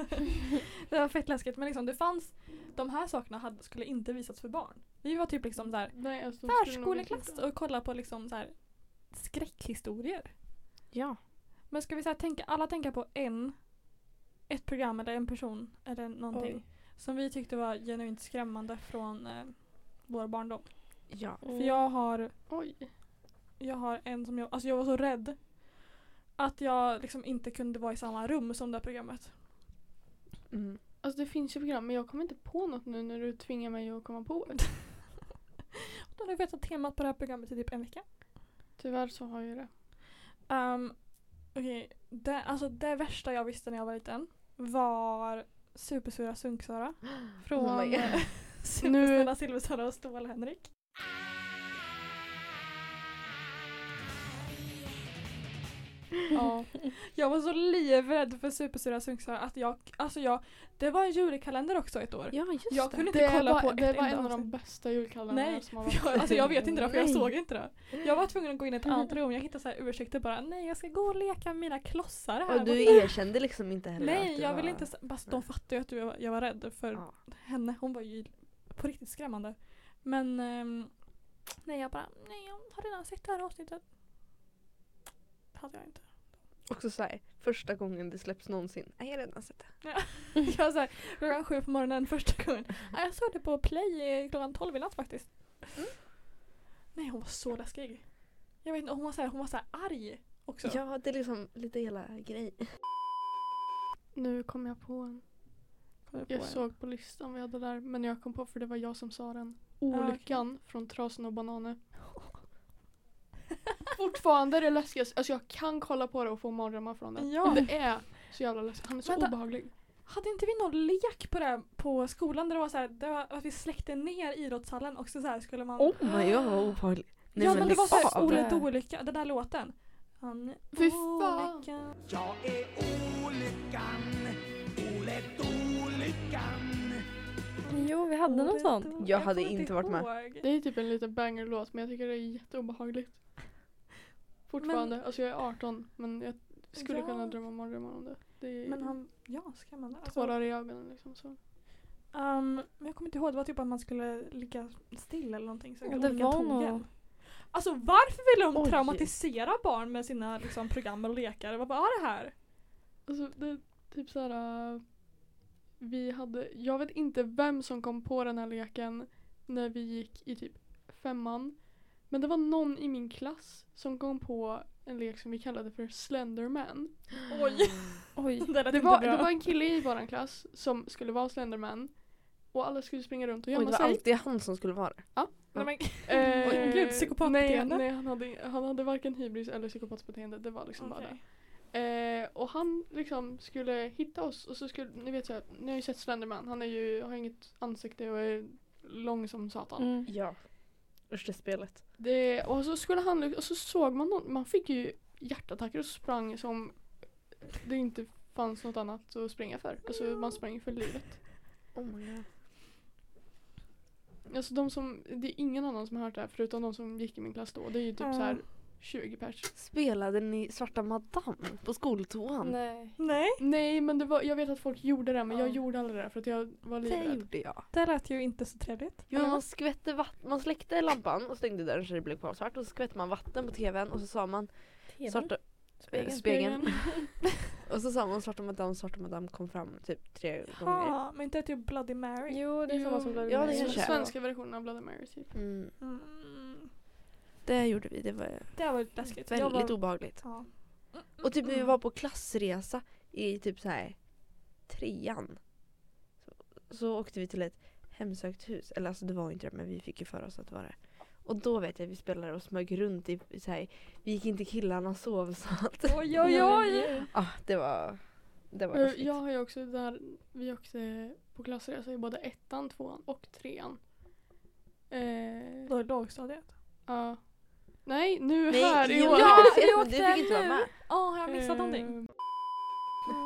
Det var fett läskigt men liksom det fanns, de här sakerna hade, skulle inte visas för barn. Vi var typ liksom där
Nej, alltså, de skulle nog inte
förskoleklass
titta.
och kolla på liksom så här skräckhistorier.
Ja.
Men ska vi så här tänka, alla tänka på en, ett program eller en person eller någonting
Oj.
som vi tyckte var genuint skrämmande från eh, vår barndom.
ja.
För jag har,
Oj.
jag har en som jag, alltså jag var så rädd att jag liksom inte kunde vara i samma rum som det här programmet.
Mm.
Alltså det finns ju program men jag kommer inte på något nu när du tvingar mig att komma på det.
Då har jag vetat temat på det här programmet i typ en vecka.
Tyvärr så har jag det.
Um, Okej, det, alltså det värsta jag visste när jag var liten var Supersura Sunksara. Från
Oh my God.
eh, Supersnälla Silversara och Stål-Henrik.
Ja.
Jag var så livrädd för supersura sungsar att jag, alltså jag, det var en julekalender också ett år.
Ja just
Jag kunde inte
Det
kolla på
var,
ett
det var
enda
en av de
avsnitt.
bästa julkalendrarna
Nej,
som har varit.
för jag, alltså jag vet inte det för jag
Nej.
såg inte det. Jag var tvungen att gå in i ett annat rum, jag hittade så här ursäkter bara nej jag ska gå och leka med mina klossar här.
Och du erkände liksom inte heller att
nej
du
jag
var...
vill inte, s- fast de fattar ju att jag var, jag var rädd för
Ja.
henne, hon var ju på riktigt skrämmande. Men ehm, nej jag bara nej jag har redan sett det här avsnittet. Hade jag inte.
Också såhär, första gången det släpps någonsin. Nej, jag har redan sett det. Mm.
Jag såhär klockan sju på morgonen första gången. Ja, jag såg det på play eh, klockan tolv i natt faktiskt.
Mm.
Nej hon var så läskig. Jag vet inte, hon var såhär, hon var såhär arg också.
Ja, det är liksom lite hela grejen.
Nu kom jag på en.
Kommer på
Jag
en.
såg på listan vi hade där men jag kom på för det var jag som sa den.
Ah, okej.
Olyckan från Trasan och Bananer. Fortfarande är det läskigast. Alltså jag kan kolla på det och få mardrömmar från det.
Ja.
Det är så jävla läskigt. Han är så
Vänta.
obehaglig.
Hade inte vi någon lek på det här på skolan där det var såhär, det var att vi släckte ner idrottshallen och så såhär skulle man
Oh my god vad obehagligt. Nej, liksom-
ja men det var
lägg
såhär
av.
Olet olycka, den där låten. Han är
Fy fan.
olyckan.
Jag är olyckan, Olet olyckan
Jo vi hade något
Olet
sånt.
Olyckan.
Jag hade
kommer
inte varit med.
ihåg.
Det är typ en liten bangerlåt men jag tycker det är jätteobehagligt. Fortfarande. Alltså jag är 18 men jag skulle
Ja.
kunna drömma mardrömmar om det. Det är
Men han, ja skrämmande. Alltså-
tårar i ögonen liksom. Så.
Ehm, men jag kommer inte ihåg, det var typ att man skulle ligga still eller någonting. Så
Ja,
att
det
ligga
var
togen.
nog-
Alltså varför vill de
Oj.
traumatisera barn med sina liksom, program och lekar? Vad var "Ah, det här?
Alltså det är typ så här. äh, Vi hade, jag vet inte vem som kom på den här leken när vi gick i typ femman. Men det var någon i min klass som kom på en lek som vi kallade för Slenderman.
Oj!
Oj.
det, lät
Det
inte
var,
bra.
det var en kille i våran klass som skulle vara Slenderman. Och alla skulle springa runt och
Oj,
gömma
det var
sig.
alltid han som skulle vara det.
Nej, men,
Eh,
Oj, gud,
nej,
psykopatbeteende.
nej han, hade, han hade varken hybris eller psykopatsbeteende. Det var liksom bara det.
Okej.
Eh, och han liksom skulle hitta oss och så skulle, ni vet så här, ni har ju sett Slenderman, han är ju, har inget ansikte och är lång som satan.
Mm.
Ja. Usch det spelet.
Det, och så skulle han, li- och så såg man någon, man fick ju hjärtattacker och sprang som det inte fanns något annat att springa för. Alltså man sprang för livet.
Oh my god.
Alltså de som, det är ingen annan som har hört det här förutom de som gick i min klass då. Det är ju typ
Ja.
så här 20
Eh?
pers.
Spelade ni Svarta Madame på skoltoan?
Nej.
Nej,
Nej men det var, jag vet att folk gjorde det men jag
Ja.
gjorde aldrig det för att jag var
Det
livrädd.
gjorde jag.
det lät ju inte så trevligt.
Jo, men man skvätte vatten, man släckte lampan och stängde dörren så det blev kvar svart och så skvätte man vatten på tvn och så sa man Svarta
Spegeln.
eh, spegeln. och så sa man Svarta Madame, Svarta Madame kom fram typ tre gånger.
Ja, men inte typ Bloody Mary.
Jo det är samma som Bloody
Ja, det
Mary.
kanske är.
Svenska versionen av Bloody Mary typ.
Mm.
Mm,
Det gjorde vi, det var
det var lite läskigt. Jag
väldigt
var,
obehagligt.
ja. Mm.
Och typ när vi var på klassresa i typ så här trean. Så, så åkte vi till ett hemsökt hus. Eller alltså det var ju inte det men vi fick ju för oss att det var det. Och då vet jag att vi spelade och smög runt i i så här, vi gick in till killarnas sovsal.
Oj oj oj!
ah, det var, det var
Eh,
läskigt.
Jag har ju också där, vi åkte på klassresa i både ettan, tvåan och trean. Eh,
Då är det lågstadiet.
ja. Nej, nu
Nej,
här
jo,
Johan.
Ja,
vi
vi
åkte,
åkte
du fick inte vara
nu.
med.
Ja, har jag missat någonting?
Eh,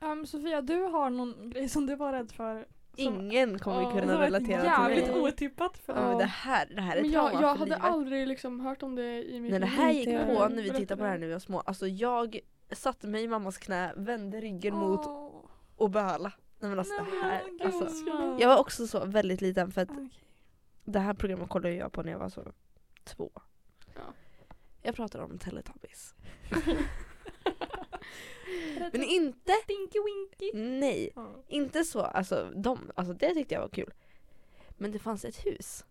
Ehm, mm. Sofia, du har någon grej som du var rädd för. Som,
Ingen kommer
Ja,
som
kunna
var
relatera till
jävligt
mig.
mig.
otippat för
Ja,
dig.
men det här, det här är
Men
ett
jag,
trauma
jag
för
hade
livet.
aldrig liksom hört om det i mitt
När det här
Inte
gick
jag.
på när vi
Berätta
tittade på det här när vi var små, alltså jag satte mig i mammas knä, vände ryggen mot
Åh.
och böla. Nej men alltså
Nej,
det
men
här,
gud,
alltså.
skulle-
Jag var också så väldigt liten för att
Okej.
det här programmet kollade jag på när jag var så två.
Ja.
Jag pratar om Teletubbies.
Är det
Men
typ
inte,
Stinky Winky?
nej,
Ja.
inte så, alltså de, alltså det tyckte jag var kul. Men det fanns ett hus.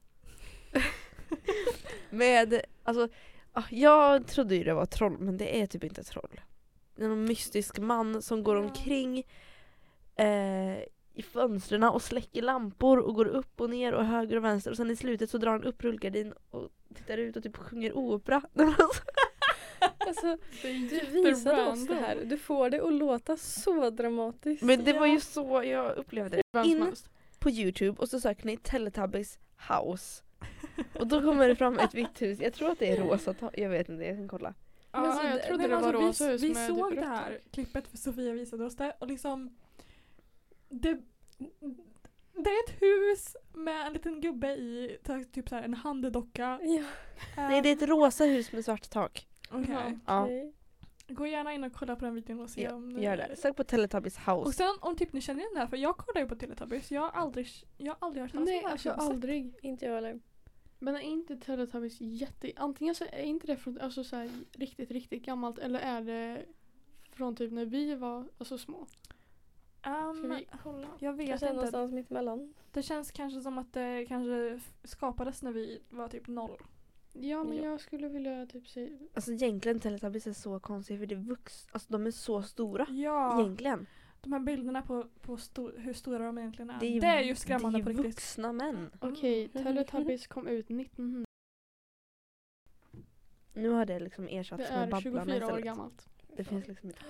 Med, alltså, ah, jag trodde ju det var troll men det är typ inte troll. Det är någon mystisk man som går
Ja.
omkring eh, i fönstren och släcker lampor och går upp och ner och höger och vänster och sen i slutet så drar han upp rullgardin och tittar ut och typ sjunger opera. Nej, men alltså,
Alltså,
Det är
du visade oss det
jätterandom.
här. Du får det att låta så dramatiskt.
men det var ju så jag upplevde det.
Vem som
In-
helst.
På youtube och så söker ni Teletubbies house. Och då kommer det fram ett vitt hus, jag tror att det är rosa, ta- jag vet inte, jag kan kolla.
Men
Ja, jag
d-
trodde
Alltså, nej,
det
men
var
alltså,
Råsöhus
Vi, vi
med
såg
typ
det här Alltså, klippet för Sofia visade oss det och liksom det, det är ett hus med en liten gubbe i ty- typ så här, en handdocka.
Ja,
Nej det är ett rosa hus med svart tak.
Okej.
Ja,
okej.
Gå gärna in och kolla på den videon och se
Ja,
om ni-
gör det. Sök på Teletubbies
Och
house.
sen om typ ni känner igen det här för jag kollar ju på Teletubbies jag har aldrig, jag har aldrig hört talas om
Nej,
det här
alltså
huset.
aldrig.
Inte jag heller.
Men är inte Teletubbies jätte... Antingen så är inte det från alltså, så här, riktigt, riktigt gammalt eller är det från typ när vi var alltså, små.
Ehm,
Ska vi kolla?
Jag vet
Kanske
inte.
någonstans mitt emellan.
Det känns kanske som att det kanske f- skapades när vi var typ noll.
Ja, men
Ja.
jag skulle vilja typ säga...
Alltså egentligen Teletubbies är så konstiga för det är vux... Alltså de är så stora.
Ja.
Egentligen.
De här bilderna på, på sto- hur stora de egentligen är.
Det är ju-
ju skrämmande
det är
på
ju
riktigt.
vuxna män.
Okej, Teletubbies kom ut 1900.
Nu har det liksom ersatts
Det
med
är
Babblarna
24 år
istället.
gammalt.
Det finns liksom inte.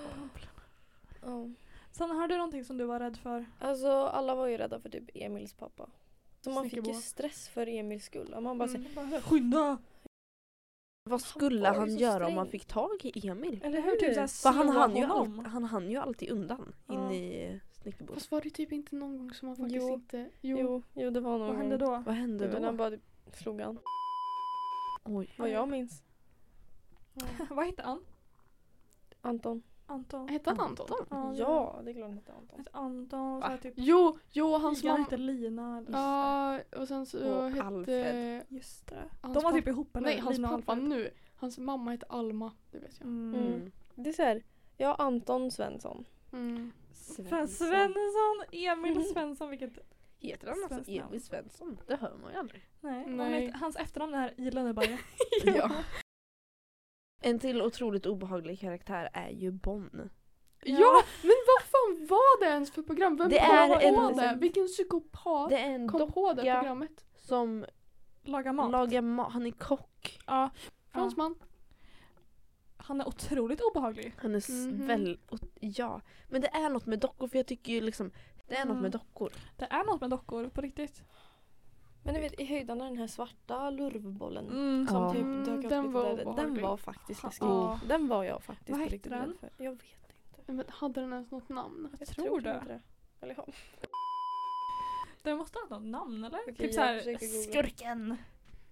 Ja.
Sanna, har du någonting som du var rädd för?
Alltså alla var ju rädda för typ Emils pappa. Så man fick ju
Snickerboa.
stress för Emils skull. Och Man bara
Mm.
så,
Skynda!
Vad skulle
var ju
han
så
göra om
sträng.
man fick tag i Emil?
Eller hur? Typ såhär
För han
slå
hann, ju
honom.
allt, han hann ju alltid undan in
Ja.
i snickerbordet.
Fast var det typ inte någon gång som man faktiskt
Jo.
inte... Jo.
jo, jo, det var någon
Vad hände
gång.
då?
Vad hände
Men
då?
han bara typ slog han.
Oj.
Vad jag minns.
Ja.
Vad hette han?
Anton.
Anton?
Hette han Anton?
Ja, det är klart han hette Anton.
Ett Anton,
Va?
såhär typ.
Jo, jo hans
Pigan
mamma.
hette Lina. Eller?
Ja, och sen så
Och
hette...
Alfred.
Just det.
Hans
De var
pappa-
typ ihop eller?
Nej, hans
Lina och
pappa
Alfred.
nu. Hans mamma hette Alma, det vet jag.
Mm.
Mm. Det är såhär, jag har Anton Svensson.
Mm.
Fan, Svensson, Emil Svensson, vilket...
Heter han alltså
Svensson.
Emil Svensson? Det hör man ju aldrig.
Nej.
Nej.
nej. Hans efternamn är I Lönneberga.
ja. En till otroligt obehaglig karaktär är ju Bonn.
Ja, men vad fan var det ens för program? Vem
Det
kom
är
på
en- liksom-
det? Vilken psykopat
Det är en
kom på det
docka.
programmet?
som
Laga mat.
lagar mat. Han är kock.
ja.
Fransman.
Han är otroligt obehaglig.
Han är
Mhm.
mm väl... och- Ja. Men det är något med dockor för jag tycker ju liksom... Det är något
Mm.
med dockor.
Det är något med dockor på riktigt.
Men du vet i höjden den här svarta lurvbollen
Mm.
som
Ja.
Mm,
typ dök upp
den
lite
var
där. Den
obehaglig.
var faktiskt
Ja.
läskig.
Ja.
Den var jag faktiskt
Vad
på
hette
riktigt
den?
rädd för. Jag vet inte.
Men hade den ens något namn?
Jag tror det.
inte Eller ja.
Den måste ha något namn eller?
Okej,
typ
jag
såhär
försöker googla.
skurken.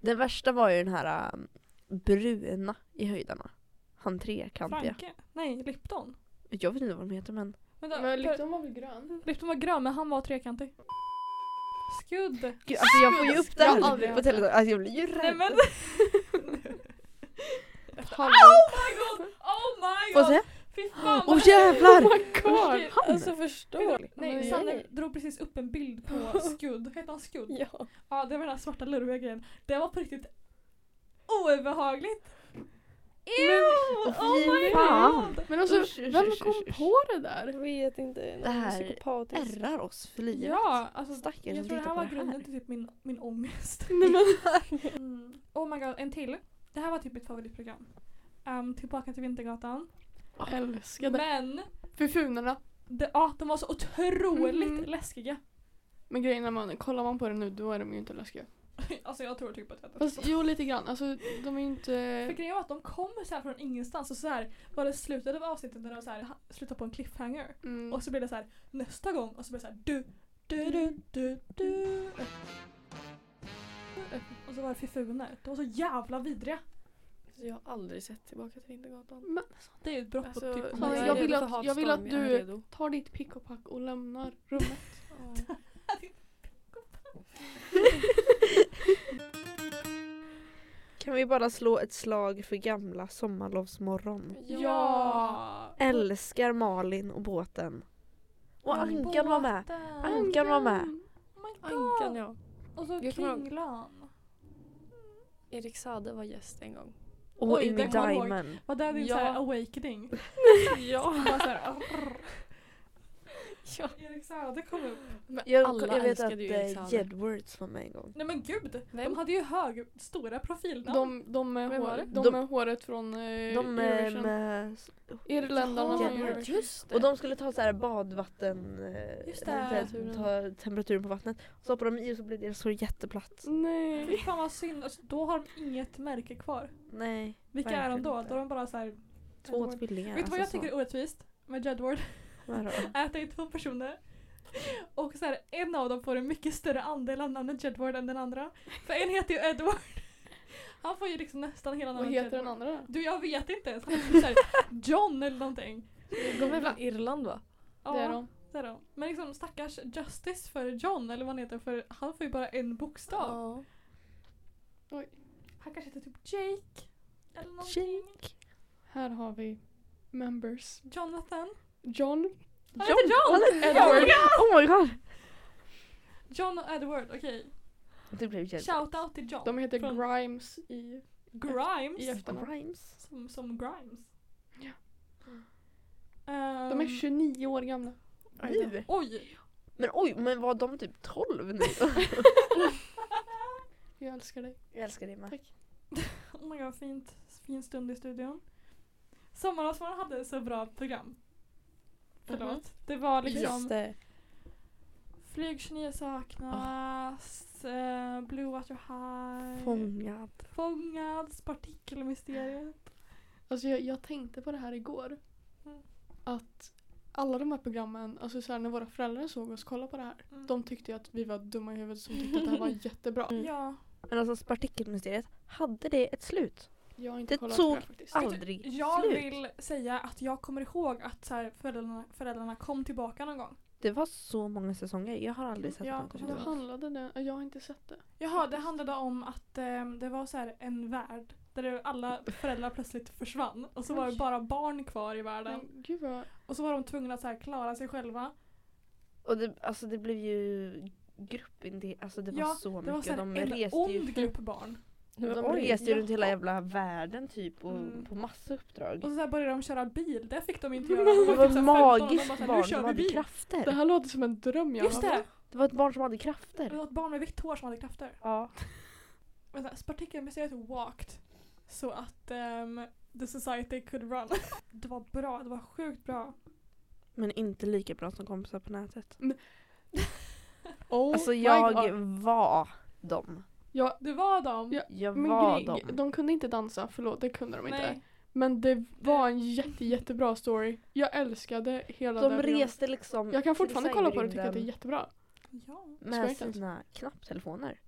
Den värsta var ju den här ähm, bruna i höjdarna. Han trekantiga.
Franke. Nej, Lipton.
Jag vet inte vad de heter men...
Vänta, för-
Men Lipton var väl grön?
Lipton var grön men han var trekantig. Skudd.
Gud, alltså jag får ju upp det
Jag har aldrig
här på
hört det.
telefonen. Alltså jag blir ju
Nej
rädd.
men.
Halva.
Oh my god! Oh my
Får
god!
jag se?
Fy fan
Åh
vad
jävlar!
Oh my god!
Alltså förstå.
Förlåt. Nej,
Men-
Sanne drog precis upp en bild på Skudd. Hette han Skudd? Ja.
Ja.
det var den här svarta lurviga grejen. Det var på riktigt obehagligt. Ew!
Åh,
Oh my
fy fan.
god!
Men alltså,
Usch, usch,
vem
usch,
kom
usch, usch.
på det där?
Jag vet inte.
Det
Någon
här
psykopatisk.
ärrar oss för livet.
Ja, alltså
Stackare
jag
som
tror det
tittar
här var
på det här.
grunden till typ min, min ångest.
Nej, men,
Mm. Oh my god, en till. Det här var typ mitt favoritprogram. Ehm, tillbaka till Vintergatan.
älskade.
Men,
Förfunarna.
det, ja, de var så otroligt
Mhm.
läskiga.
Men grejen är man, kollar man på det nu då är de ju inte läskiga.
alltså jag tror typ att jag hade
Fast jo lite grann, alltså de är ju
För
inte...
grejen var att de kom så här från ingenstans och så här var det slutet av avsnittet när de så här ha- slutade på en cliffhanger.
Mm.
Och så blev det så här nästa gång och så blev det så här du, du, du, du, du. Och så var det fifuner. De var så jävla vidriga.
Alltså, jag har aldrig sett Tillbaka till Vintergatan.
Men
Det är ju ett brott
Alltså,
på typ
Fan,
är
jag
redo
vill
för
att- jag vill
hatstorm,
att
jag är
du-
redo.
tar ditt pick och pack och lämnar rummet.
Ja.
Kan vi bara slå ett slag för gamla sommarlovsmorgon?
Ja!
Älskar Malin och båten. Och
Mm.
Ankan var med.
Båten.
Ankan var med.
Oh my god.
Ankan ja.
Och så
Jag kommer ihåg-
Kringlan.
Erik Sade var gäst en gång.
Och
Oj,
Amy
det kommer jag ihåg.
Diamond.
Var det din
Ja.
så här awakening?
Ja.
Bara så här,
Ja.
Erik Saade kom upp.
Jag,
Alla
jag vet att
älskade ju Erik
eh,
Saade.
Jedwards var med en gång.
Nej men gud!
Vem?
De hade ju hög, stora profilnamn.
De, de, med
Vem var
hår,
det?
de,
De-
med håret från eh,
De eh,
Eurovision.
med,
Irländarna
Ja,
från Eurovision.
just det.
och de skulle ta så här badvatten, eh,
Just det.
temperaturen. ta temperaturen på vattnet. Så hoppade de i och så blev deras hår jätteplatt.
Fy
Nej.
fan vad synd, alltså, då har de inget märke kvar.
Nej.
Vilka är de
verkligen
då?
inte.
Då är de bara så här.
Två
Vet
tvillingar. alltså.
du vad jag tycker är orättvist med Jedward?
tycker?
Är att det är två personer. Och så här, en av dem får en mycket större andel av namnet Jedward än den andra. För en heter ju Edward. Han får ju liksom nästan hela
Vad
namnet
heter den
Jedward.
andra?
Du jag vet inte ens. Han heter så här, John eller någonting.
De är från Irland va?
Ja,
Det är de.
det är de. Men liksom stackars Justice för John eller vad han heter för han får ju bara en bokstav. Han kanske heter typ Jake. Eller någonting.
Jake.
Här har vi members.
Jonathan.
John.
Han heter John!
Edward.
Oh my god!
John och Edward, okej.
Det blev Jedwards.
Shoutout till John.
De heter
Från-
Grimes i...
Grimes.
i efternamn.
Grimes.
Som, som Grimes.
Ja.
Ehm,
De är 29 år gamla.
Nu.
Oj!
Men oj, men var de typ 12 nu?
Jag älskar dig.
jag älskar det med.
Tack.
Oh my god, fint. Fin stund i studion. Sommarlovsmorgon hade så bra program. Förlåt.
Mhm.
Det var liksom
det.
Flyg 29
Ah.
saknas, eh, Blue Water High,
Fångad.
Fångads, Partikelmysteriet.
Alltså jag, jag tänkte på det här igår.
Mm.
Att alla de här programmen, alltså så här, när våra föräldrar såg oss kolla på det här.
Mm.
De tyckte ju att vi var dumma i huvudet som tyckte att det här var jättebra.
Ja.
Men alltså Spartikelmysteriet, hade det ett slut?
Jag har inte
Det
kollat på
tog
det här faktiskt.
all-
Aldrig
Jag
slut.
vill säga att jag kommer ihåg att så här, föräldrarna, föräldrarna kom tillbaka någon gång.
Det var så många säsonger, jag har aldrig sett
Ja,
dem komma
det
Vad
var-
tillbaka.
handlade det? Jag har inte sett det.
Jaha, det handlade om att eh, det var så här en värld där det- alla föräldrar plötsligt försvann och så var det
Oj.
bara barn kvar i världen.
Men gud vad...
Och så var de tvungna att så här, klara sig själva.
Och det, alltså det blev ju gruppindel, alltså det var
Ja,
så mycket.
Det var så här,
de
en
reste ju,
ond grupp barn.
de reste ju
ja.
runt hela jävla världen typ och
Mm.
på massa uppdrag.
Och så här började de köra bil, det fick de inte göra. De
Det
typ
var
så här
ett
15 och de bara
magiskt
så här,
barn
Nu kör
som
vi
hade
bil.
krafter.
Det här låter som en dröm jag
Just
har.
det!
Det var ett barn som hade
Det
krafter.
var ett barn med vitt hår som hade krafter.
Ja.
Men så här, Partikelmuseet walked så att ehm, the society could run. det var bra, det var sjukt bra.
Men inte lika bra som kompisar på nätet.
Oh
Alltså
my
jag
God.
var dem.
Ja,
Det var de.
Ja,
Jag
men
var
grej,
dem.
de kunde inte dansa, förlåt det kunde de inte.
Nej.
Men det var en jätte, jättebra story. Jag älskade hela
De
det här programmet.
reste liksom
Jag kan
till
fortfarande kolla på det och tycka att det är
Saigrymden
jättebra.
Ja.
Ska jag
med
inte ens-
sina knapptelefoner.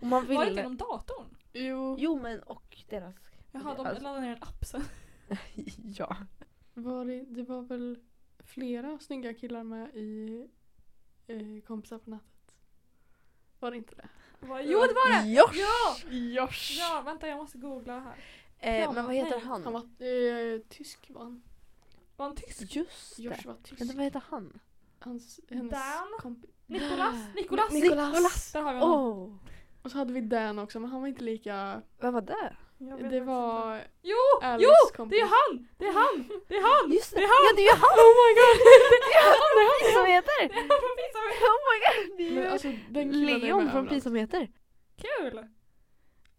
Och man
Var det inte
ville...
genom datorn?
Jo.
Jo men och deras...
Jaha, de
Alltså-
laddade ner en app sen.
ja.
Var det, det var väl flera snygga killar med i eh, Kompisar på nätet? Var det inte det?
Bara, Jo, det var det!
Josh!
Ja!
Josh!
Ja, vänta jag måste googla här.
Eh, men vad heter
nej,
han?
Han var eh, tysk va? han?
Var han tysk?
Just det.
Josh var
Men
tysk.
vad heter han?
Hans, hennes
Dan?
kompis.
Nikolas? Nikolas!
Nikolas.
Där har vi honom.
Oh!
Och så hade vi Dan också men han var inte lika...
Vem var det?
Jag vet
Det
faktiskt inte.
var
Jo!
Alice
Jo!
kompis.
Det är han! Det är han! Det är han!
Just det!
Det är
Ja det är ju han! Oh my god! det är han från Pisamheter!
Det är han från Pizza
Oh my god! Det
Men
är
alltså den killen är
Leon
med
från
överallt.
Pisamheter.
Kul!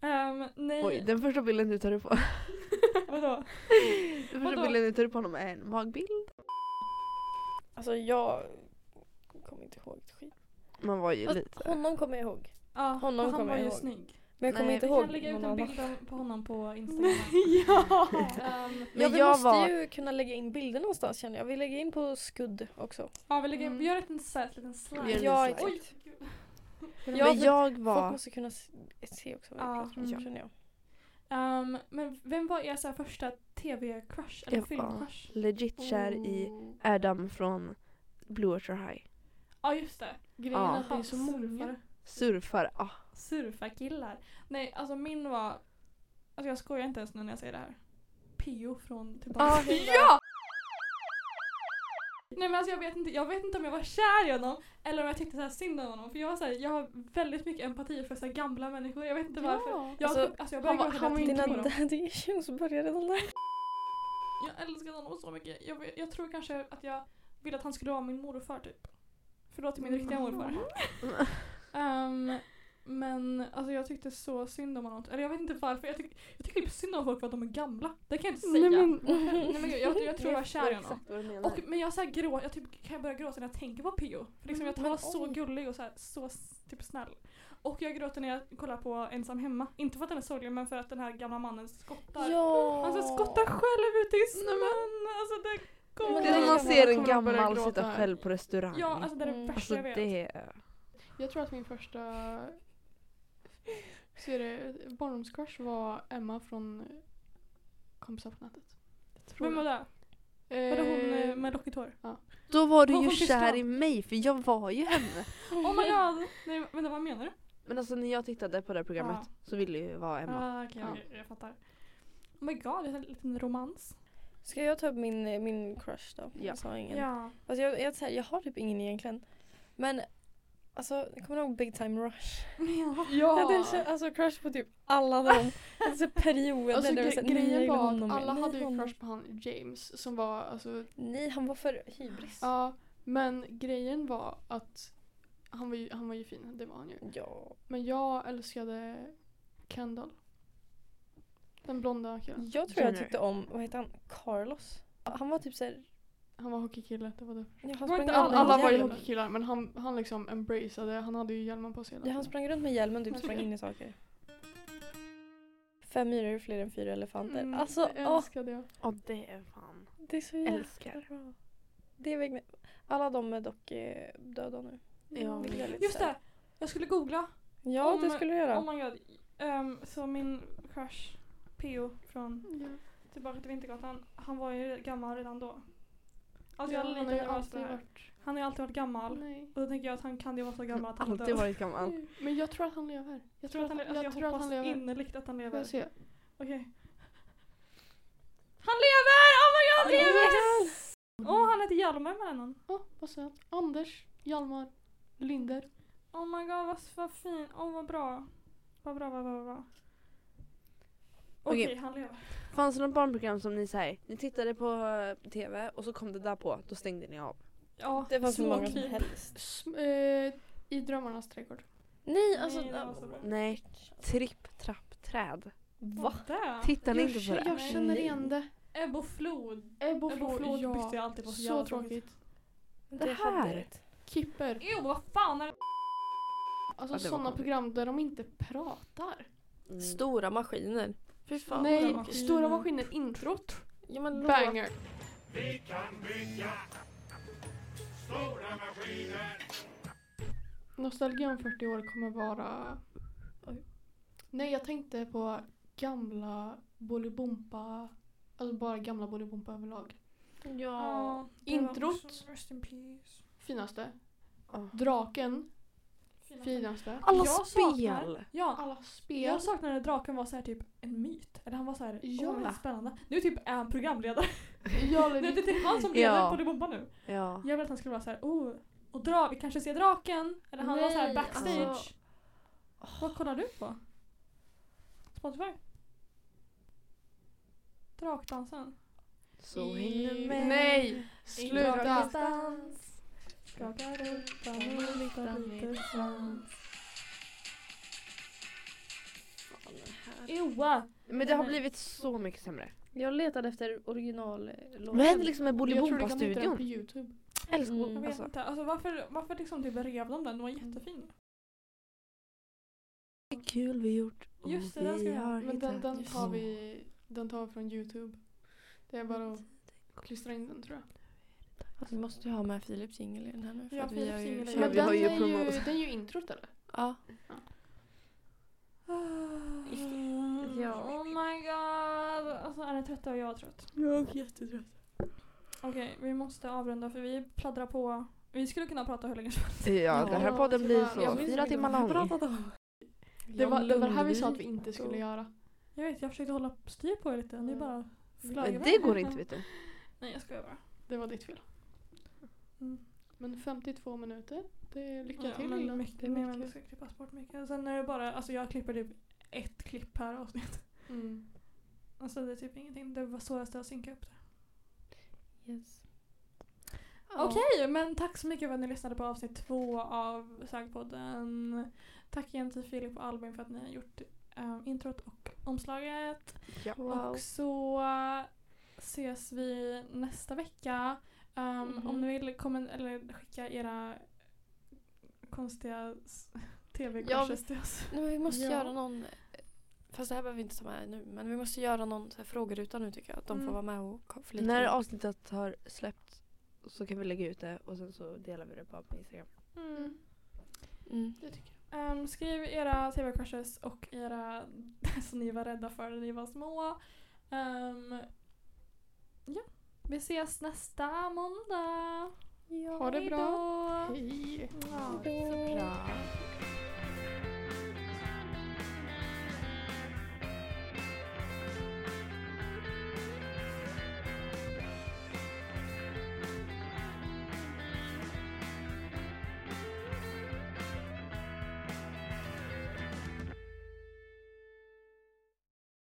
Ehm, nej,
Oj, den första bilden du tar upp på,
vadå?
den
Vadå?
första bilden du tar upp på honom är en magbild.
Alltså jag kommer inte ihåg ett skit.
Man var ju
Fast
lite...
honom kommer jag ihåg.
Ja,
Honom
han
kommer
var
jag
ju
ihåg.
snygg.
Men jag kommer
Nej,
inte
Vi
ihåg
kan lägga ut
någon
en
annan.
bild av- på honom på Instagram. Ehm,
Ja,
Men
vi
jag
måste
var...
ju kunna lägga in bilder någonstans känner jag. Vi lägger in på skudd också.
ja, vi, lägger,
Mm.
vi gör ett litet så här- liten
Vi gör
slide.
en
Ja,
slide.
Oj!
exakt.
gud.
Ja,
Men
för
jag
Folk
var...
måste kunna se- se också vad vi
Ja,
pratar om
mm.
känner jag.
Ehm, men vem var er så här första tv-crush eller
Jag var-
film-crush?
legit kär i
Oh.
Adam från Blue Water High.
Ja, just det.
Grejen
Ja.
är att det är så många.
Surfare.
Surfar, ah.
Surfarkillar. Nej, alltså min var... Alltså jag skojar inte ens nu när jag säger det här. Pio från
Ah,
Tillbaka till
Hilda.
Ja! Nej men alltså jag vet, inte, jag vet inte om jag var kär i honom eller om jag tyckte så här synd om honom. För jag, var så här, jag har väldigt mycket empati för så här gamla människor. Jag vet inte varför.
Ja.
Jag,
Alltså,
alltså jag
han
började gråta
var- han
när jag
var
Dina
tänkte på dem.
daddy issues börjar redan där.
Jag älskade honom så mycket. Jag, vet- jag tror kanske att jag ville att han skulle vara min morfar typ. Förlåt till min riktiga
Mm.
morfar. Ehm, men alltså jag tyckte så synd om honom. Eller jag vet inte varför. Jag, tyck, jag tycker typ synd om folk för att de är gamla. Det kan jag inte säga.
Nej, men-
Nej, men gud, jag, jag tror jag var kär i honom.
Exakt vad du menar.
Och, men jag så här grå, jag typ kan jag börja gråta när jag tänker på Pio. För
Mm,
liksom, jag, han var så gullig och så, här, så s- typ snäll. Och jag gråter när jag kollar på Ensam hemma. Inte för att den är sorglig men för att den här gamla mannen skottar.
Ja.
Han så skottar Alltså, själv ute i snön. Alltså det går
Men
det är som
Nej,
man
jag
ser en
kommer börja
gammal
gråta
sitta
här.
själv på restaurang.
Ja alltså det är det
Mm.
värsta
alltså
jag vet.
det är...
Jag tror att min första serie, barndomscrush var Emma från Kompisar på nätet.
Vem var det? Var det hon eh, med lockigt hår?
Då var du
Hon
ju
kom till
kär
stan.
i mig för jag var ju henne.
Oh my god! Nej vänta vad menar du?
Men alltså när jag tittade på det här programmet
Ja.
så ville jag ju vara Emma.
Ah, okej,
Ja.
okej, jag fattar. Oh my god, det är en liten romans.
Ska jag ta upp min, min crush då?
Ja.
Jag sa ingen.
Ja.
Alltså jag, jag, så här, jag har typ ingen egentligen. Men alltså, jag kommer ihåg Big Time Rush. Jag hade en tjej- alltså crush på typ alla de alltså, perioden.
Alltså,
där det var
gre-
så här, nej, jag
grejen
vill
var
honom
att
mer,
alla
nej,
hade ju
honom.
crush på han James som var alltså,
Nej, han var för hybris.
ja men grejen var att han var ju, han var ju fin, det var han ju.
Ja.
Men jag älskade Kendall. Den blonda killen.
Jag tror jag
Jenner.
tyckte om, vad heter han, Carlos. Han var typ såhär,
Han var hockeykille, det var det.
ja, han
Var
sprang
inte
runt
alla-
med
Alla var ju
hjälmen.
hockeykillar men han, han liksom embraceade, han hade ju hjälmen på sig hela
Ja, han
tiden.
sprang runt med hjälmen typ
Jag
sprang
tror-
in i saker. Fem myror är fler än fyra elefanter.
Mm,
alltså,
det
åh,
älskade jag.
Och det är fan.
det är så
Älskar.
jävla bra. Det är verkligen, alla de är dock eh, döda nu.
Ja.
Vilket är lite
Just
sad.
det! Jag skulle googla
Ja,
Om-
det skulle du göra.
Oh my god. Ehm, så min crush, Pio från Tillbaka till Vintergatan, han var ju gammal redan då. Alltså jag
Ja, han
litar
har ju
inte alls på
alltid
det här.
varit...
Han har ju alltid varit gammal.
Nej.
Och då tänker jag att han kan ju vara så gammal att han är
Alltid
död.
varit gammal.
Men jag tror att han lever.
Jag tror att han, le- alltså jag,
tror att
hoppas
han lever.
innerligt att han
Får
lever.
jag se?
Okej. Han lever! Oh my god, han
Oh my
lever! Åh, han heter Hjalmar med någon.
Åh, vad söt. Anders, Hjalmar, Linder.
Oh my god, vad, vad fin. Åh, vad bra. Vad bra, vad bra, vad bra. Okej,
Okej.
han lever.
Fanns det något barnprogram som ni säger, ni tittade på eh, TV och så kom det där på, då stängde ni av.
Ja,
Det var så typ- många som
småkryp.
helst.
Sm- eh, I drömmarnas trädgård.
Nej, alltså.
Nej, det
äh,
var så bra.
Nej, tripp, trapp, träd.
Va? Där.
Tittade ni
jag,
inte på
k-
det?
jag känner
Nej.
igen det.
Ebb och flod.
Ebb och
Ebb och
flod,
flod tyckte
ja.
jag alltid var så,
Så tråkigt.
det,
Det
hade
här.
varit-
Kipper.
Jo, vad fan är det?
Alltså
Ja, det var
sådana
konstigt.
program där de inte pratar.
Mm.
Stora maskiner. Fy fan.
Nej,
stora maskiner.
Stora maskiner introt.
Ja, men
Banger.
Vi kan bygga stora maskiner.
Nostalgi om 40 år kommer vara...
Oj.
Nej, jag tänkte på gamla Bolibompa. Alltså bara gamla Bolibompa överlag.
Ja, det var
Introt.
också- Rest in peace.
Finaste.
Ja.
Draken. Finaste.
Alla
Jag
spel!
saknar- Ja,
Alla spel.
jag saknade när draken var så här typ en myt. Eller han var så här,
Ja.
åh vad spännande. Nu typ är han programledare.
Jag
nu är det typ han som
Ja.
leder Bolibompa nu.
Ja.
Jag vill att han skulle vara så här, oh, och dra, vi kanske ser draken. Eller han var så
Nej,
här backstage.
alltså-
Vad kollar du på? Spotify? Drakdansen.
Så hänger med.
Nej! Sluta!
Skakar upp den och luktar lite svans. Ewa!
Men det har blivit så mycket sämre.
Jag letade efter originallåten.
Vad hände liksom med
Jag tror du kan hitta den på
Bolibompa-studion?
Youtube.
Älskar
Mm.
Jag
mm.
vet
alltså,
inte, alltså varför, varför liksom typ rev de den? Den var jättefin.
det är kul vi gjort. och
Just det, den ska vi ha.
har
Men den,
hittat
den,
just-
tar vi, den tar vi från Youtube. Det är bara att klistra in den tror jag.
alltså, Vi måste ju ha med Philips jingel i den här nu.
Ja,
att vi
Philips
har ju-
jingel är-
Ja,
Men
vi har
den
ju
är ju,
promotat.
den är ju introt eller?
Ja.
Mm.
Ja.
Oh my god! Alltså är ni trötta och jag är trött?
Jag är jättetrött.
Okej, vi måste avrunda för vi pladdrar på. Vi skulle kunna prata hur länge som helst.
Ja, den här
Ja,
podden blir
tyvärr. Jag
så.
minns
Fyra
inte
timmar
vad
lång.
Det var det var det här vi sa att vi inte skulle göra.
Jag vet, jag försökte hålla styr på er lite. Ni bara flög
Men
iväg.
det går inte vet du.
Nej, jag skojar bara.
Det var ditt fel.
Mm.
Men 52 minuter, det är lycka
Ja,
till.
men
Lilla.
mycket,
Det är
men
mycket.
det ska klippas bort mycket. Och Sen är det bara, alltså jag klipper typ ett klipp per avsnitt.
Mm.
Alltså det är typ ingenting. Det var svårast att synka upp det.
Yes.
Okej, men tack så mycket för att ni lyssnade på avsnitt två av Sögpodden. Tack igen till Filip och Albin för att ni har gjort eh, introt och omslaget.
Ja.
Och så eh, ses vi nästa vecka. Um, Om ni vill kommen- eller skicka era konstiga s- tv-kurser till oss.
Nej, men vi måste
Ja.
göra någon, fast det här behöver vi inte ta med nu, men vi måste göra någon så här frågeruta nu tycker jag. Att de
Mm.
får vara med och ko- flika
När
in.
avsnittet har släppts så kan vi lägga ut det och sen så delar vi det på Instagram.
Mm.
mm.
Det tycker
Ehm, skriv era tv-crushes och era som ni var rädda för när ni var små. Ehm, ja. Vi ses nästa måndag.
Ha det bra.
Hejdå.
jag. Hej.
Ja.
Bra.
Hej